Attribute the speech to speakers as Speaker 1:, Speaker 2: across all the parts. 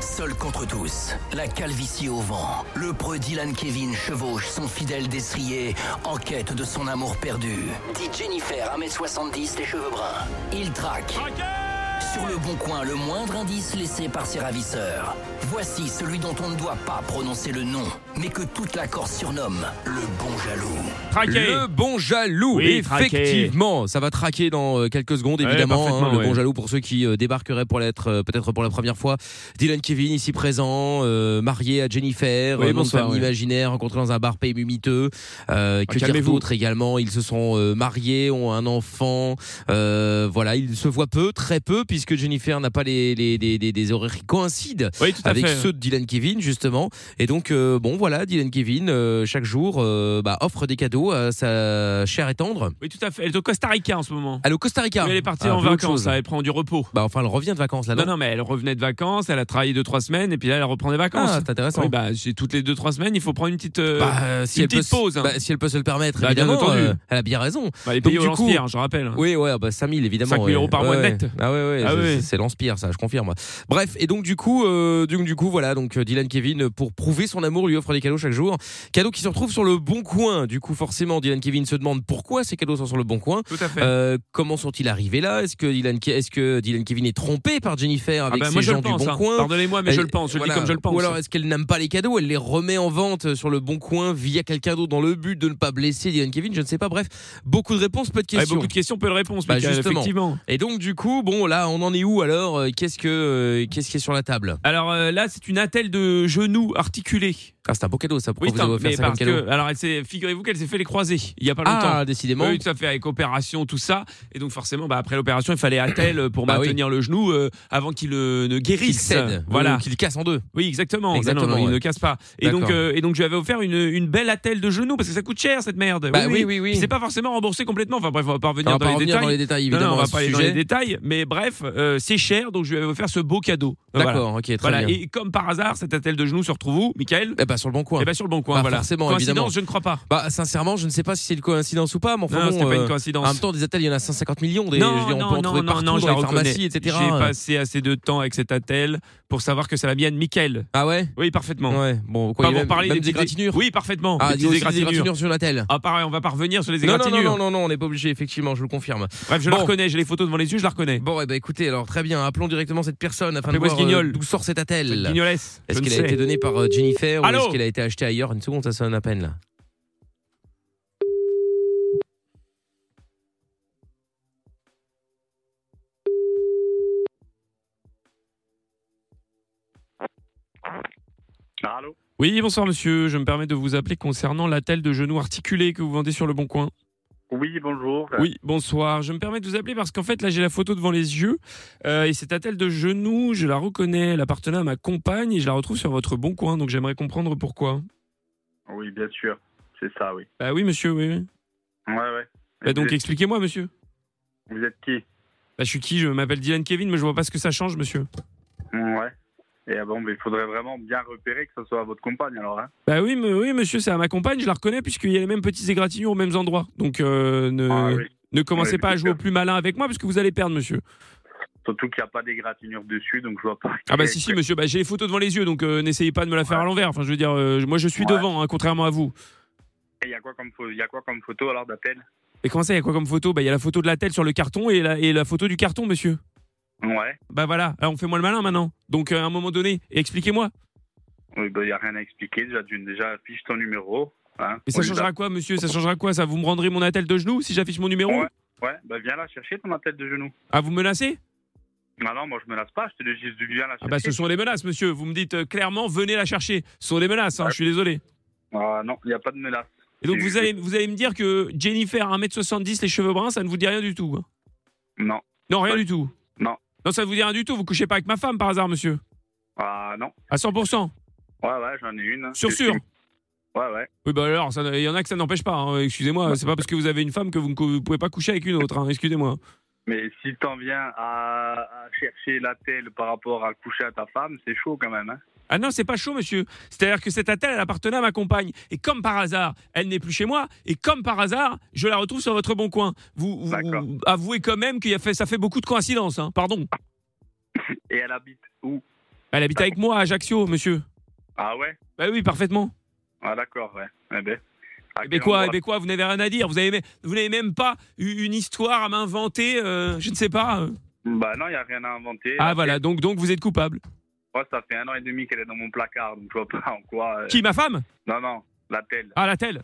Speaker 1: Seul contre tous, la calvitie au vent, le preux Dylan Kevin chevauche son fidèle destrier en quête de son amour perdu. Dit Jennifer, 1m70, les cheveux bruns. Il traque. Sur le bon coin, le moindre indice laissé par ses ravisseurs. Voici celui dont on ne doit pas prononcer le nom, mais que toute la Corse surnomme le bon jaloux.
Speaker 2: Traqué
Speaker 3: Le bon jaloux,
Speaker 2: Oui,
Speaker 3: effectivement, ça va traquer dans euh, quelques secondes
Speaker 2: Ouais,
Speaker 3: évidemment.
Speaker 2: parfaitement,
Speaker 3: le
Speaker 2: ouais.
Speaker 3: bon jaloux pour ceux qui euh, débarqueraient pour l'être euh, peut-être pour la première fois. Dylan Kevin ici présent, euh, marié à Jennifer,
Speaker 2: Oui,
Speaker 3: euh, nom de
Speaker 2: bonsoir,
Speaker 3: famille
Speaker 2: ouais. Ah,
Speaker 3: imaginaire, rencontré dans un bar pays miteux. Euh, que dire
Speaker 2: calmez-vous.
Speaker 3: d'autre également Ils se sont euh, mariés, ont un enfant. Euh, voilà, ils se voient peu, très peu, puisque Jennifer n'a pas les, les, les- les- des horaires qui coïncident
Speaker 2: Oui, tout à
Speaker 3: avec
Speaker 2: fait.
Speaker 3: ceux de Dylan Kevin justement. Et donc euh, bon voilà, Dylan Kevin euh, chaque jour euh, bah, offre des cadeaux à sa chère et tendre.
Speaker 2: Oui, tout à fait. Elle est au Costa Rica en ce moment.
Speaker 3: Allô Costa Rica.
Speaker 2: Mais elle est partie
Speaker 3: Ah,
Speaker 2: en
Speaker 3: plus autre
Speaker 2: vacances,
Speaker 3: chose.
Speaker 2: là, elle prend du repos.
Speaker 3: Bah enfin elle revient de vacances là.
Speaker 2: non, non, mais elle revenait de vacances, elle a travaillé deux, trois semaines, et puis là, elle reprend des vacances.
Speaker 3: Ah, c'est intéressant.
Speaker 2: oui, bah, c'est toutes les deux, trois semaines, il faut prendre une petite, euh,
Speaker 3: Bah, euh, si
Speaker 2: une
Speaker 3: elle peut,
Speaker 2: petite pause. hein.
Speaker 3: bah, si elle peut se le permettre,
Speaker 2: Bah, bien
Speaker 3: évidemment, euh,
Speaker 2: entendu.
Speaker 3: elle a bien raison.
Speaker 2: Bah, les
Speaker 3: donc,
Speaker 2: pays
Speaker 3: du
Speaker 2: au
Speaker 3: coup-
Speaker 2: lance-pierre, je rappelle. hein.
Speaker 3: Oui, ouais, bah 5000 évidemment.
Speaker 2: 5 000
Speaker 3: ouais.
Speaker 2: euros par mois
Speaker 3: Ouais,
Speaker 2: net.
Speaker 3: ouais. Ah ouais, ouais,
Speaker 2: Ah
Speaker 3: c'est-
Speaker 2: ouais.
Speaker 3: c'est- c'est l'inspire ça, je confirme. Bref, et donc du coup, euh, donc du coup, voilà, donc euh, Dylan Kevin pour prouver son amour lui offre des cadeaux chaque jour. Cadeaux qui se retrouvent sur le bon coin. Du coup, forcément, Dylan Kevin se demande pourquoi ces cadeaux sont sur le bon coin.
Speaker 2: Tout à fait.
Speaker 3: Euh, comment sont-ils arrivés là Est-ce que Dylan, Ke- est-ce que Dylan Kevin est trompé par Jennifer
Speaker 2: Ah
Speaker 3: avec
Speaker 2: bah,
Speaker 3: ces
Speaker 2: moi, je
Speaker 3: gens
Speaker 2: le pense.
Speaker 3: du bon
Speaker 2: hein.
Speaker 3: coin
Speaker 2: Pardonnez-moi, mais je
Speaker 3: Elle-
Speaker 2: le pense. Je le
Speaker 3: voilà.
Speaker 2: dis comme je le pense.
Speaker 3: Ou alors est-ce qu'elle n'aime pas les cadeaux Elle les remet en vente sur le bon coin via quelqu'un d'autre dans le but de ne pas blesser Dylan Kevin Je ne sais pas. Bref, beaucoup de réponses, peu de
Speaker 2: Ouais,
Speaker 3: questions.
Speaker 2: beaucoup de questions, peu de réponses.
Speaker 3: Bah,
Speaker 2: Mickaël,
Speaker 3: justement.
Speaker 2: effectivement.
Speaker 3: Et donc du coup, bon là, on en est où alors Euh, Qu'est-ce que euh, qu'est-ce qui est sur la table
Speaker 2: Alors euh, là, c'est une attelle de genoux articulés.
Speaker 3: Ah, c'est un beau cadeau ça. Pourquoi
Speaker 2: Oui,
Speaker 3: vous
Speaker 2: tain,
Speaker 3: avez offert
Speaker 2: mais
Speaker 3: ça comme
Speaker 2: parce
Speaker 3: cadeau
Speaker 2: que, alors, elle s'est- figurez-vous qu'elle s'est fait les croiser il y a pas longtemps. Euh,
Speaker 3: Ah, décidément.
Speaker 2: Oui, tout à fait, avec opération, tout ça. Et donc, forcément, bah, après l'opération, il fallait attelle pour
Speaker 3: Bah oui.
Speaker 2: maintenir le genou euh, avant qu'il euh, ne
Speaker 3: Qu'il
Speaker 2: guérisse.
Speaker 3: cède,
Speaker 2: Voilà.
Speaker 3: ou qu'il casse en deux.
Speaker 2: Oui, exactement.
Speaker 3: Exactement,
Speaker 2: Non, non, non,
Speaker 3: ouais.
Speaker 2: Il ne casse pas. Et
Speaker 3: D'accord.
Speaker 2: donc, euh, et donc, je lui avais offert une, une belle attelle de genou parce que ça coûte cher, cette merde.
Speaker 3: Bah oui, oui, oui.
Speaker 2: Puis C'est pas forcément remboursé complètement. Enfin, bref, on va pas revenir
Speaker 3: on va
Speaker 2: dans
Speaker 3: pas
Speaker 2: les
Speaker 3: revenir
Speaker 2: détails.
Speaker 3: dans les détails évidemment.
Speaker 2: Non, non, on
Speaker 3: à
Speaker 2: va
Speaker 3: ce
Speaker 2: pas aller dans
Speaker 3: sujet.
Speaker 2: les détails. Mais bref, euh, c'est cher, donc je lui avais offert ce beau cadeau. Voilà.
Speaker 3: D'accord, ok, très
Speaker 2: Voilà.
Speaker 3: bien.
Speaker 2: Et comme par hasard, cette attelle de genou se retrouve où, Michael
Speaker 3: Eh ben, sur le bon coin.
Speaker 2: Eh ben sur le bon coin,
Speaker 3: Bah,
Speaker 2: voilà.
Speaker 3: forcément,
Speaker 2: Coïncidence,
Speaker 3: évidemment.
Speaker 2: je ne crois pas.
Speaker 3: Bah sincèrement, je ne sais pas si c'est une coïncidence ou pas, mais enfin
Speaker 2: non,
Speaker 3: bon,
Speaker 2: c'était pas
Speaker 3: euh,
Speaker 2: une
Speaker 3: en
Speaker 2: coïncidence.
Speaker 3: même temps, des attelles, il y en a 150 millions. Des, je
Speaker 2: non,
Speaker 3: veux dire, on
Speaker 2: non,
Speaker 3: peut en
Speaker 2: non,
Speaker 3: trouver
Speaker 2: non,
Speaker 3: partout
Speaker 2: non, je
Speaker 3: dans
Speaker 2: la
Speaker 3: les pharmacies,
Speaker 2: reconnais.
Speaker 3: etc.
Speaker 2: J'ai passé assez de temps avec cette attelle pour savoir que c'est la mienne, Michael.
Speaker 3: Ah ouais
Speaker 2: Oui, parfaitement.
Speaker 3: Ouais. Bon, quoi,
Speaker 2: Pas
Speaker 3: il
Speaker 2: pour
Speaker 3: y a même,
Speaker 2: parler
Speaker 3: même
Speaker 2: des
Speaker 3: des
Speaker 2: petites-
Speaker 3: gratinures.
Speaker 2: Oui, parfaitement.
Speaker 3: Ah,
Speaker 2: des
Speaker 3: il y
Speaker 2: petites
Speaker 3: a aussi des
Speaker 2: égratignures.
Speaker 3: gratinures sur l'attelle.
Speaker 2: Ah, pareil, on va pas revenir sur les
Speaker 3: Non, non,
Speaker 2: égratignures.
Speaker 3: non, non, non, non, on n'est pas obligé, effectivement, je vous le confirme.
Speaker 2: Bref, je
Speaker 3: Bon.
Speaker 2: la reconnais, j'ai les photos devant les yeux, je la reconnais.
Speaker 3: Bon, eh ben, écoutez, alors très bien, appelons directement cette personne afin de
Speaker 2: Appelez-moi
Speaker 3: voir
Speaker 2: ce
Speaker 3: euh,
Speaker 2: guignol.
Speaker 3: d'où sort cette
Speaker 2: Cette
Speaker 3: attelle.
Speaker 2: Guignolesse.
Speaker 3: Est-ce
Speaker 2: je ne
Speaker 3: qu'elle a
Speaker 2: sais.
Speaker 3: été donnée par euh, Jennifer
Speaker 2: Allô
Speaker 3: ou est-ce qu'elle a été achetée ailleurs Une seconde, ça sonne à peine là.
Speaker 4: Allô
Speaker 2: Oui, bonsoir monsieur, je me permets de vous appeler concernant l'attelle de genou articulé que vous vendez sur le Bon Coin.
Speaker 4: Oui, bonjour.
Speaker 2: Oui, bonsoir. Je me permets de vous appeler parce qu'en fait, là, j'ai la photo devant les yeux. euh, et cette attelle de genou, je la reconnais. Elle appartenait à ma compagne et je la retrouve sur votre bon coin. Donc, j'aimerais comprendre pourquoi.
Speaker 4: Oui, bien sûr. C'est ça, oui.
Speaker 2: Bah oui, monsieur, oui. oui.
Speaker 4: Ouais, ouais.
Speaker 2: Bah, donc,
Speaker 4: vous, êtes,
Speaker 2: expliquez-moi, monsieur.
Speaker 4: vous êtes qui
Speaker 2: Bah, je suis qui Je m'appelle Dylan Kevin, mais je vois pas ce que ça change, monsieur.
Speaker 4: Mm, Ouais. Et ah bon, mais il faudrait vraiment bien repérer que ce soit votre compagne, alors. Hein
Speaker 2: Bah oui, mais, oui monsieur, c'est à ma compagne, je la reconnais puisqu'il y a les mêmes petits égratignures aux mêmes endroits. Donc, euh, ne,
Speaker 4: Ah oui.
Speaker 2: ne commencez
Speaker 4: Ouais, Ah
Speaker 2: pas à
Speaker 4: bien
Speaker 2: jouer au
Speaker 4: sûr.
Speaker 2: plus malin avec moi parce que vous allez perdre, monsieur.
Speaker 4: Surtout qu'il n'y a pas d'égratignure dessus, donc je vois pas.
Speaker 2: Ah bah si, si, monsieur, bah, j'ai les photos devant les yeux, donc euh, n'essayez pas de me la faire à l'envers. Enfin, je veux dire, euh, moi, je suis
Speaker 4: Ouais.
Speaker 2: devant, hein, contrairement à vous.
Speaker 4: Et Il y, a quoi comme pho- il y a quoi comme photo, alors, d'appel
Speaker 2: Et comment ça, il y a quoi comme photo Bah, il y a la photo de la tête sur le carton et la, et la photo du carton, monsieur.
Speaker 4: Ouais.
Speaker 2: Bah voilà, Alors, on fait moins le malin maintenant. Donc, euh, à un moment donné, expliquez-moi.
Speaker 4: Oui, bah, il n'y a rien à expliquer. Déjà, d'une- déjà affiche ton numéro. Hein
Speaker 2: Mais ça
Speaker 4: On les
Speaker 2: changera quoi, monsieur Ça changera quoi Ça vous me rendrez mon attelle de genou si j'affiche mon
Speaker 4: a-
Speaker 2: numéro
Speaker 4: Ouais. Ouais, bah viens là chercher ton tête de genou. Ah
Speaker 2: Ah, vous menacez
Speaker 4: Non, non, moi je me lasse pas, je te dis juste du viens la
Speaker 2: Ah
Speaker 4: chercher.
Speaker 2: bah, ce sont des menaces, monsieur. Vous me dites euh, clairement, venez la chercher. Ce sont des menaces, hein, je suis désolé.
Speaker 4: Ah, non, il n'y a pas de menace.
Speaker 2: Et donc,
Speaker 4: C'est
Speaker 2: vous
Speaker 4: juste-
Speaker 2: allez, vous allez me dire que Jennifer, 1m70, les cheveux bruns, ça ne vous dit rien du tout hein
Speaker 4: Non.
Speaker 2: Non, rien
Speaker 4: Ouais.
Speaker 2: du tout.
Speaker 4: Non.
Speaker 2: Non, ça ne vous dit rien du tout. Vous couchez pas avec ma femme par hasard, monsieur
Speaker 4: Ah non.
Speaker 2: À 100%
Speaker 4: Ouais, ouais, j'en ai une. hein.
Speaker 2: Sur
Speaker 4: Je
Speaker 2: sûr
Speaker 4: suis- Ouais, ouais.
Speaker 2: Oui, bah alors, ça- il y en a que ça n'empêche pas. hein.
Speaker 4: Bah,
Speaker 2: Excusez-moi, c'est pas parce que vous avez une femme que vous ne cou- vous pouvez pas coucher avec une autre. hein. Excusez-moi.
Speaker 4: Mais si t'en viens à, à chercher la telle par rapport à coucher à ta femme, c'est chaud quand même. Hein
Speaker 2: Ah non, c'est pas chaud, monsieur. C'est-à-dire que cette attelle, elle appartenait à ma compagne. Et comme par hasard, elle n'est plus chez moi. Et comme par hasard, je la retrouve sur votre bon coin. Vous, vous
Speaker 4: D'accord.
Speaker 2: avouez quand même que ça fait beaucoup de coïncidences. hein. Pardon.
Speaker 4: Et elle habite où
Speaker 2: Elle habite avec moi à Ajaccio, monsieur.
Speaker 4: Ah ouais
Speaker 2: Bah oui, parfaitement.
Speaker 4: Ah d'accord, ouais. Eh ben. À
Speaker 2: Eh ben
Speaker 4: quel
Speaker 2: quoi, eh
Speaker 4: endroit-
Speaker 2: ben quoi, vous n'avez rien à dire. Vous avez même- vous n'avez même pas eu une histoire à m'inventer, euh, je ne sais pas.
Speaker 4: Bah non, il n'y a rien à inventer.
Speaker 2: Ah voilà, donc, donc vous êtes coupable.
Speaker 4: Moi, ça fait un an et demi qu'elle est dans mon placard, donc je vois pas en quoi. euh,
Speaker 2: Qui, ma femme
Speaker 4: Non, non, la telle.
Speaker 2: Ah, la telle.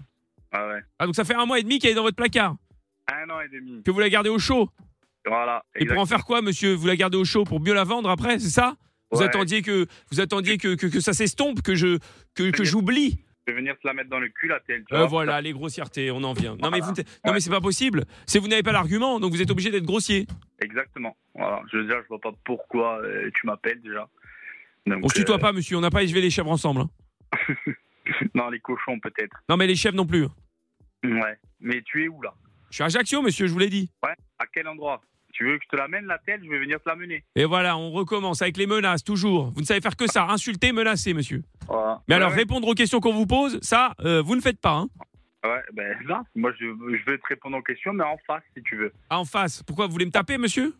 Speaker 4: Ah ouais.
Speaker 2: Ah, donc ça fait un mois et demi qu'elle est dans votre placard,
Speaker 4: Un an et demi.
Speaker 2: que vous la gardez au chaud.
Speaker 4: Voilà.
Speaker 2: Et pour en faire quoi, monsieur Vous la gardez au chaud pour mieux la vendre après, c'est ça Vous
Speaker 4: Ouais.
Speaker 2: attendiez que vous attendiez que, que, que ça s'estompe, que je que, que j'oublie.
Speaker 4: Je vais venir te la mettre dans le cul, la telle. tu
Speaker 2: Euh,
Speaker 4: vois.
Speaker 2: voilà, les grossièretés, on en vient. Non mais vous, non
Speaker 4: Ah. Ouais.
Speaker 2: mais c'est pas possible. C'est vous n'avez pas l'argument, donc vous êtes obligé d'être grossier.
Speaker 4: Exactement. Voilà. Je veux dire, je vois pas pourquoi euh, tu m'appelles déjà. Donc,
Speaker 2: On se
Speaker 4: euh,
Speaker 2: tutoie pas, monsieur. On n'a pas élevé les chèvres ensemble. hein.
Speaker 4: Non, les cochons peut-être.
Speaker 2: Non mais les chèvres non plus. hein.
Speaker 4: Ouais. Mais tu es où là
Speaker 2: Je suis à Ajaccio, monsieur. Je vous l'ai dit.
Speaker 4: À quel endroit Tu veux que je te l'amène la telle Je vais venir te l'amener.
Speaker 2: Et voilà, on recommence avec les menaces, toujours. Vous ne savez faire que ça, insulter, menacer, monsieur.
Speaker 4: Voilà.
Speaker 2: Mais
Speaker 4: Ouais,
Speaker 2: alors,
Speaker 4: ouais.
Speaker 2: répondre aux questions qu'on vous pose, ça, euh, vous ne faites pas. Hein.
Speaker 4: Ouais, ben là, moi je, je vais te répondre aux questions, mais en face si tu veux.
Speaker 2: Ah, en face, pourquoi vous voulez me taper, monsieur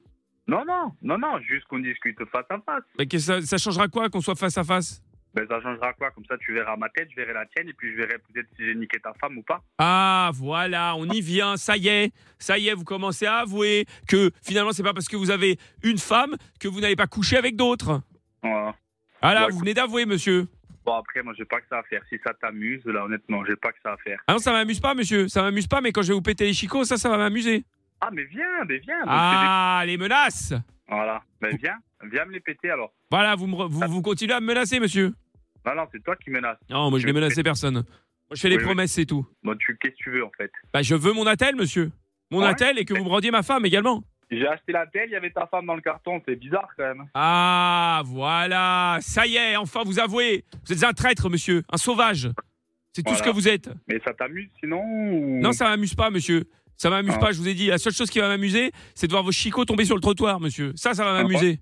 Speaker 4: Non, non, non, non, juste qu'on discute face à face.
Speaker 2: Mais que ça, ça changera quoi qu'on soit face à face
Speaker 4: Ben ça changera quoi Comme ça, tu verras ma tête, je verrai la tienne, et puis je verrai peut-être si j'ai niqué ta femme ou pas.
Speaker 2: Ah, voilà, on y vient, ça y est, ça y est, vous commencez à avouer que finalement, c'est pas parce que vous avez une femme que vous n'avez pas couché avec d'autres.
Speaker 4: Voilà.
Speaker 2: Ah là,
Speaker 4: Ouais,
Speaker 2: vous venez d'avouer, monsieur.
Speaker 4: Bon, après, moi, j'ai pas que ça à faire. Si ça t'amuse, là, honnêtement, j'ai pas que ça à faire.
Speaker 2: Ah non, ça m'amuse pas, monsieur, ça m'amuse pas, mais quand je vais vous péter les chicots, ça, ça va m'amuser.
Speaker 4: Ah, mais viens, mais viens. donc
Speaker 2: Ah, les menaces
Speaker 4: c'est des- Voilà. Ben viens, viens me les péter alors.
Speaker 2: Voilà, vous, me re- vous, vous continuez à me menacer, monsieur.
Speaker 4: Non, non, c'est toi qui menaces.
Speaker 2: Non, moi je n'ai menacé personne. Moi je fais les
Speaker 4: Oui, oui.
Speaker 2: promesses, c'est tout.
Speaker 4: Bon, tu, qu'est-ce que tu veux en fait
Speaker 2: Bah, je veux mon attel, monsieur. Mon
Speaker 4: Ouais.
Speaker 2: attel et que vous me rendiez ma femme également.
Speaker 4: J'ai acheté la telle, il y avait ta femme dans le carton, c'est bizarre quand même. hein.
Speaker 2: Ah, voilà. Ça y est, enfin vous avouez. Vous êtes un traître, monsieur. Un sauvage. C'est tout
Speaker 4: Voilà.
Speaker 2: ce que vous êtes.
Speaker 4: Mais ça t'amuse sinon ou...
Speaker 2: Non, ça m'amuse pas, monsieur. Ça m'amuse
Speaker 4: Ah.
Speaker 2: pas, je vous ai dit. La seule chose qui va m'amuser, c'est de voir vos chicots tomber sur le trottoir, monsieur. Ça, ça va
Speaker 4: Ah,
Speaker 2: m'amuser.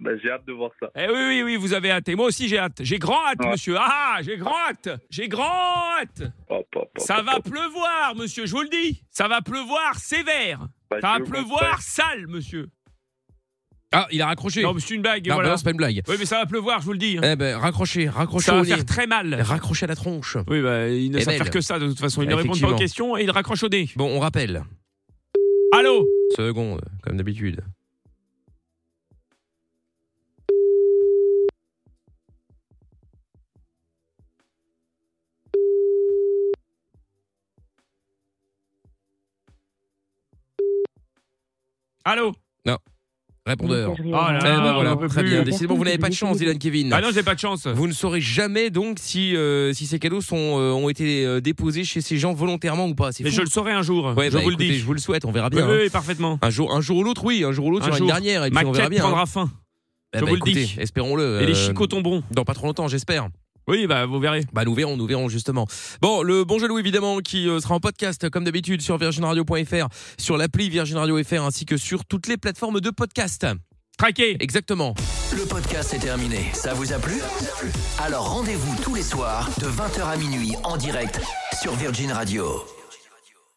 Speaker 4: Ben, j'ai hâte de voir ça.
Speaker 2: Eh oui, oui, oui, vous avez hâte. Et moi aussi, j'ai hâte. J'ai grand hâte,
Speaker 4: Ouais.
Speaker 2: monsieur. Ah, j'ai grand hâte. J'ai grand hâte.
Speaker 4: Hop, hop, hop,
Speaker 2: Ça
Speaker 4: hop,
Speaker 2: va
Speaker 4: hop.
Speaker 2: pleuvoir, monsieur, je vous le dis. Ça va pleuvoir sévère.
Speaker 4: Ben,
Speaker 2: Ça va
Speaker 4: je vous
Speaker 2: pleuvoir sale, monsieur.
Speaker 3: Ah, il a raccroché.
Speaker 2: Non, mais c'est une blague.
Speaker 3: Non,
Speaker 2: voilà.
Speaker 3: non, c'est pas une blague.
Speaker 2: Oui, mais ça va pleuvoir, je vous le dis. hein.
Speaker 3: Eh ben, raccrochez, raccrochez
Speaker 2: Ça va
Speaker 3: au nez.
Speaker 2: faire très mal.
Speaker 3: Raccrochez à la tronche.
Speaker 2: Oui, bah, ils ne
Speaker 3: Et
Speaker 2: savent
Speaker 3: belle.
Speaker 2: faire que ça, de toute façon. Ils ne répondent pas aux
Speaker 3: Bah, Effectivement.
Speaker 2: questions et ils raccrochent au nez.
Speaker 3: Bon, on rappelle.
Speaker 2: Allô
Speaker 3: Seconde, comme d'habitude.
Speaker 2: Allô
Speaker 3: Répondeur.
Speaker 2: Oh là
Speaker 3: Eh
Speaker 2: là,
Speaker 3: ben
Speaker 2: on
Speaker 3: voilà,
Speaker 2: en peut
Speaker 3: très
Speaker 2: plus.
Speaker 3: bien. Décidément, vous n'avez pas de chance, Dylan Kevin.
Speaker 2: Ah non, j'ai pas de chance.
Speaker 3: Vous ne saurez jamais donc si, euh, si ces cadeaux sont, euh, ont été euh, déposés chez ces gens volontairement ou pas. C'est
Speaker 2: Mais
Speaker 3: fou.
Speaker 2: je le saurai un jour.
Speaker 3: Ouais,
Speaker 2: je
Speaker 3: bah,
Speaker 2: vous
Speaker 3: écoutez,
Speaker 2: le dis.
Speaker 3: Je vous le souhaite, on verra
Speaker 2: Oui,
Speaker 3: bien.
Speaker 2: oui,
Speaker 3: hein.
Speaker 2: oui, parfaitement.
Speaker 3: Un jour, un jour ou l'autre, oui. Un jour ou l'autre,
Speaker 2: Un
Speaker 3: il y aura une
Speaker 2: jour.
Speaker 3: dernière. Et puis
Speaker 2: Ma
Speaker 3: on verra
Speaker 2: quête
Speaker 3: bien.
Speaker 2: prendra fin.
Speaker 3: Eh
Speaker 2: je
Speaker 3: ben,
Speaker 2: vous le
Speaker 3: écoutez,
Speaker 2: dis.
Speaker 3: Espérons-le.
Speaker 2: Et les
Speaker 3: euh,
Speaker 2: chicots tomberont.
Speaker 3: Dans pas trop longtemps, j'espère.
Speaker 2: Oui, bah, vous verrez.
Speaker 3: Bah nous verrons, nous verrons justement. Bon, le bon gelou évidemment qui euh, sera en podcast comme d'habitude sur virginradio.fr, sur l'appli Virgin Radio FR ainsi que sur toutes les plateformes de podcast.
Speaker 2: Traqué.
Speaker 3: Exactement.
Speaker 1: Le podcast est terminé. Ça vous a plu Alors rendez-vous tous les soirs de 20h à minuit en direct sur Virgin Radio.